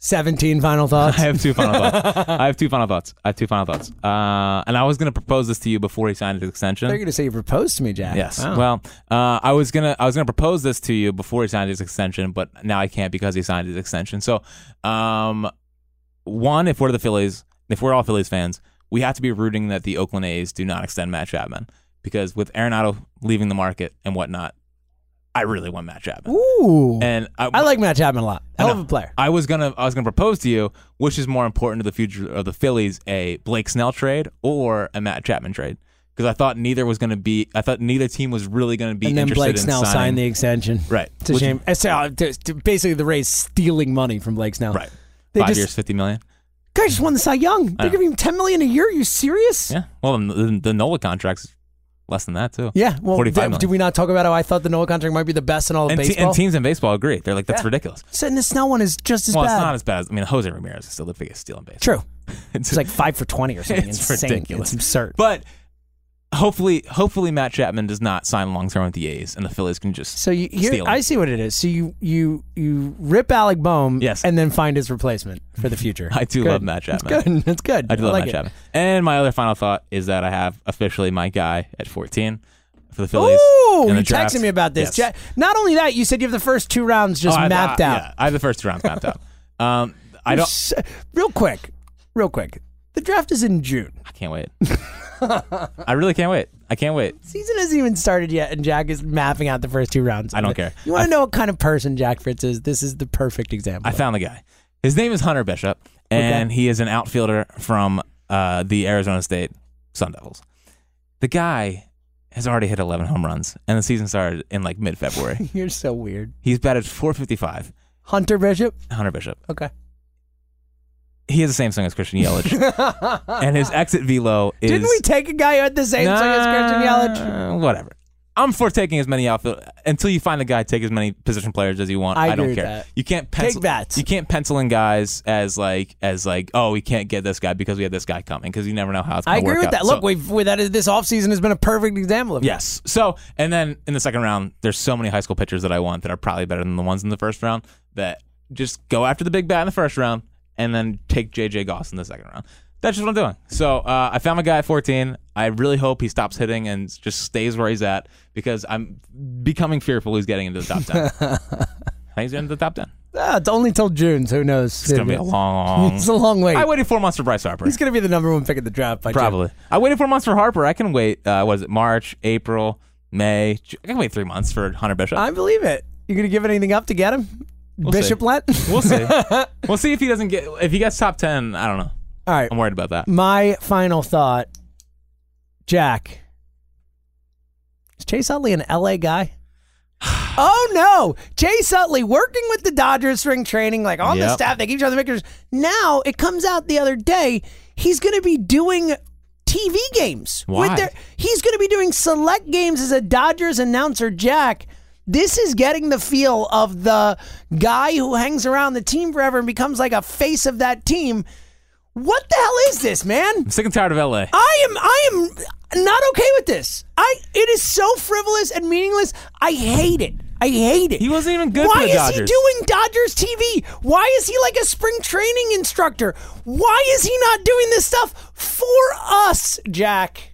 C: 17 final
D: *laughs* I
C: thoughts.
D: have two final *laughs* thoughts. I have two final thoughts. I have two final thoughts. Uh, and I was gonna propose this to you before he signed his extension.
C: They're going to say you proposed to me, Jack.
D: Yes.
C: Wow.
D: Well, uh, I was gonna I was gonna propose this to you before he signed his extension, but now I can't because he signed his extension. So, um, one, if we're the Phillies, if we're all Phillies fans, we have to be rooting that the Oakland A's do not extend Matt Chapman because with Arenado leaving the market and whatnot, I really want Matt Chapman.
C: Ooh.
D: And I,
C: I like Matt Chapman a lot. Hell of a
D: know.
C: player.
D: I was gonna I was gonna propose to you, which is more important to the future of the Phillies, a Blake Snell trade or a Matt Chapman trade? Because I thought neither was gonna be I thought neither team was really gonna be
C: And then
D: interested
C: Blake
D: in
C: Snell signed the
D: signing.
C: extension.
D: right.
C: It's a
D: Which-
C: shame. It's, uh, it's- it's basically, the Rays stealing money from Blake Snell.
D: Right.
C: They
D: Five
C: just,
D: years, fifty million.
C: Guy just won the Cy Young. They're
D: know.
C: giving him $10 million a year. Are you serious?
D: Yeah. Well, the, the, the Nola contract's less than that too.
C: Yeah, well,
D: forty five
C: did, did we not talk about how I thought the Noah contract might be the best in all of
D: and, te-
C: baseball?
D: and teams in baseball agree. They're like, that's
C: Yeah.
D: ridiculous.
C: So, and the Snell one is just as
D: well,
C: bad.
D: it's not as bad as I mean, Jose Ramirez is still the biggest steal in baseball.
C: True.
D: *laughs* it's
C: It's like five for twenty or something.
D: *laughs* It's
C: insane.
D: ridiculous.
C: It's absurd.
D: But hopefully, hopefully Matt Chapman does not sign long term with the A's, and the Phillies can just
C: so you, here,
D: steal him.
C: I see what it is. So you you you rip Alec Boehm,
D: Yes.
C: and then find his replacement for the future.
D: *laughs* I do
C: Good.
D: love Matt Chapman.
C: It's good. It's good.
D: I do love
C: like
D: Matt
C: it.
D: Chapman. And my other final thought is that I have officially my guy at 14 for the Phillies.
C: Ooh,
D: in the
C: you
D: draft.
C: texted me about this.
D: Yes.
C: Jack- Not only that, you said you have the first two rounds just
D: Oh, I-
C: mapped
D: I-
C: out.
D: yeah, I have the first two rounds
C: *laughs*
D: mapped out. Um, I don't.
C: S- Real quick, real quick. The draft is in June.
D: I can't wait. I really can't wait. I can't wait.
C: Season hasn't even started yet, and Jack is mapping out the first two rounds.
D: I don't care.
C: You want
D: I-
C: to know what kind of person Jack Fritz is? This is the perfect example.
D: I found the guy. His name is Hunter Bishop, and he is an outfielder from uh, the Arizona State Sun Devils. The guy has already hit 11 home runs, and the season started in like
C: *laughs*
D: mid February.
C: You're so weird.
D: He's batted 455.
C: Hunter Bishop?
D: Hunter Bishop.
C: Okay.
D: He has the same swing as Christian Yelich, and
C: *laughs*
D: his exit velo is.
C: Didn't we take a guy who had the same swing as Christian Yelich?
D: Nah, Whatever. I'm for taking as many outfield until you find a guy take as many position players as you want.
C: I
D: I,
C: agree
D: don't
C: with
D: care.
C: that.
D: You can't pencil
C: bats.
D: You can't pencil in guys as like as like oh we can't get this guy because we have this guy coming because you never know how it's. Gonna
C: I agree
D: work
C: with
D: out.
C: that.
D: So-
C: Look, we've, we, that is, this offseason has been a perfect example of it.
D: Yes. So, and then in the second round, there's so many high school pitchers that I want that are probably better than the ones in the first round that just go after the big bat in the first round and then take JJ Goss in the second round. That's just what I'm doing. So, uh, I found my guy at 14. I really hope he stops hitting and just stays where he's at because I'm becoming fearful he's getting into the top
C: *laughs*
D: 10. I think he's into the top 10.
C: Ah, it's only till June, so who knows?
D: It's going to be a
C: *laughs*
D: long.
C: It's a long wait.
D: I waited four months for Bryce Harper.
C: He's going to be the number one pick at the draft by June.
D: Probably. I waited four months for Harper. I can wait. Uh, what is it? March, April, May. Ju- I can wait three months for Hunter Bishop.
C: I believe it. You going to give anything up to get him?
D: see.
C: Bishop Lent?
D: We'll see. we'll see if he doesn't get if he gets top ten. I don't know.
C: *laughs* All right.
D: I'm worried about that.
C: My final thought, Jack. Is Chase Utley an LA
D: *sighs*
C: guy? oh no, Chase Utley working with the Dodgers spring training, like on the
D: Yep.
C: staff. They keep showing the pictures. Now it comes out the other day. He's going to be doing TV games.
D: Why?
C: he's going to be doing select games as a Dodgers announcer, Jack. This is getting the feel of the guy who hangs around the team forever and becomes like a face of that team. What the hell is this, man?
D: I'm sick and tired of LA.
C: I am I am not okay with this. I it is so frivolous and meaningless. I hate it. I hate it.
D: He wasn't even good for
C: Why
D: the
C: is he
D: Dodgers.
C: doing Dodgers TV? Why is he like a spring training instructor? Why is he not doing this stuff for us, Jack?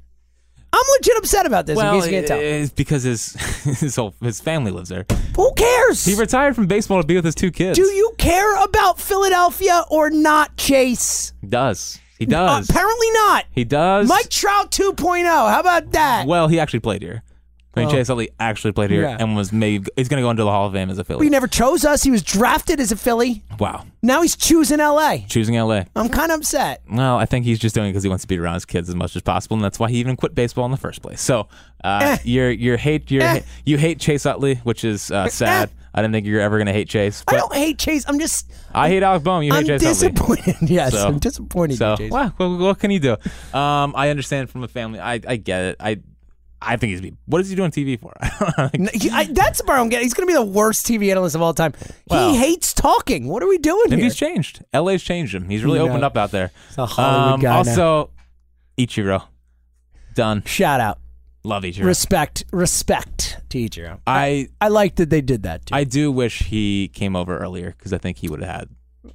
C: I'm legit upset about this. in
D: well, eh,
C: case you can't tell.
D: it's because his *laughs* his whole his family lives there.
C: Who cares?
D: He retired from baseball to be with his two kids.
C: Do you care about Philadelphia or not, Chase?
D: He does he does
C: Apparently not.
D: he does?
C: Mike Trout 2.0. How about that?
D: Well, he actually played here. I mean,
C: Oh.
D: Chase Utley actually played here
C: Yeah.
D: and was maybe he's going to go into the Hall of Fame as a Philly.
C: he never chose us. He was drafted as a Philly.
D: wow,
C: Now he's choosing LA.
D: choosing LA.
C: I'm kind of upset.
D: Well, I think he's just doing it because he wants to be around his kids as much as possible, and that's why he even quit baseball in the first place. So, uh, you're you're hate you
C: Eh.
D: you hate Chase Utley, which is uh, sad. I didn't think you were ever gonna hate Chase,
C: I
D: but
C: don't hate Chase. I'm just
D: I, hate Alec Boehm. You
C: I'm
D: hate Chase Utley.
C: disappointed. *laughs* yes,
D: So-
C: I'm disappointed.
D: So,
C: in Chase.
D: wow, what, what can he do? Um, I understand from a family. I, I get it. I I think he's be. What is he doing TV for? *laughs*
C: No, he- I- that's the part I'm getting. He's going to be the worst TV analyst of all time.
D: Well.
C: he hates talking. What are we doing
D: Maybe
C: here?
D: he's changed. LA's changed him. He's really
C: Yeah.
D: opened up out there. Um,
C: a Hollywood guy now.
D: also, Ichiro, done.
C: Shout out.
D: Love each other.
C: Respect, respect to each your own.
D: I
C: I like that they did that too.
D: I do wish he came over earlier because I think he would have had.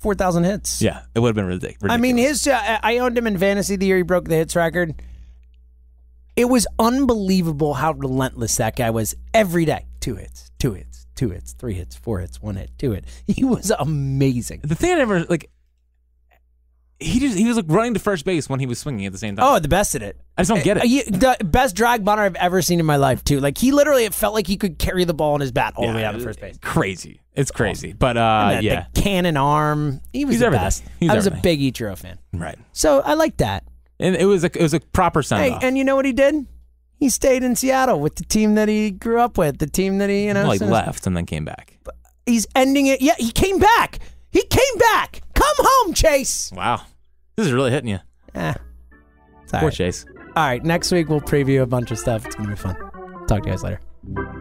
C: Four thousand hits.
D: Yeah, it would have been ridic- ridiculous.
C: I mean, his. Uh, I owned him in fantasy the year he broke the hits record. It was unbelievable how relentless that guy was every day. Two hits, two hits, two hits, three hits, four hits, one hit, two hit. He was amazing.
D: the thing I never like. He just he was like running to first base when he was swinging at the same time.
C: Oh, the best at it.
D: I just don't get it.
C: Uh, you- the best drag bunter I've ever seen in my life, too. Like he literally, it felt like he could carry the ball in his bat all the way out of first base.
D: Crazy. It's crazy. But uh,
C: And the-
D: yeah,
C: the cannon arm. He was
D: He's
C: the
D: everything.
C: best.
D: He's
C: I was
D: everything.
C: a big Ichiro fan,
D: right.
C: so I like that.
D: And it was a it was a proper sign
C: Hey,
D: off.
C: and you know what he did? He stayed in Seattle with the team that he grew up with, the team that he you know.
D: like
C: since-
D: left and then came back.
C: He's ending it. Yeah, he came back. He came back. Come home, Chase.
D: Wow, this is really hitting you.
C: Eh. It's all
D: Poor
C: right.
D: Chase.
C: All right, next week we'll preview a bunch of stuff. It's gonna be fun. Talk to you guys later.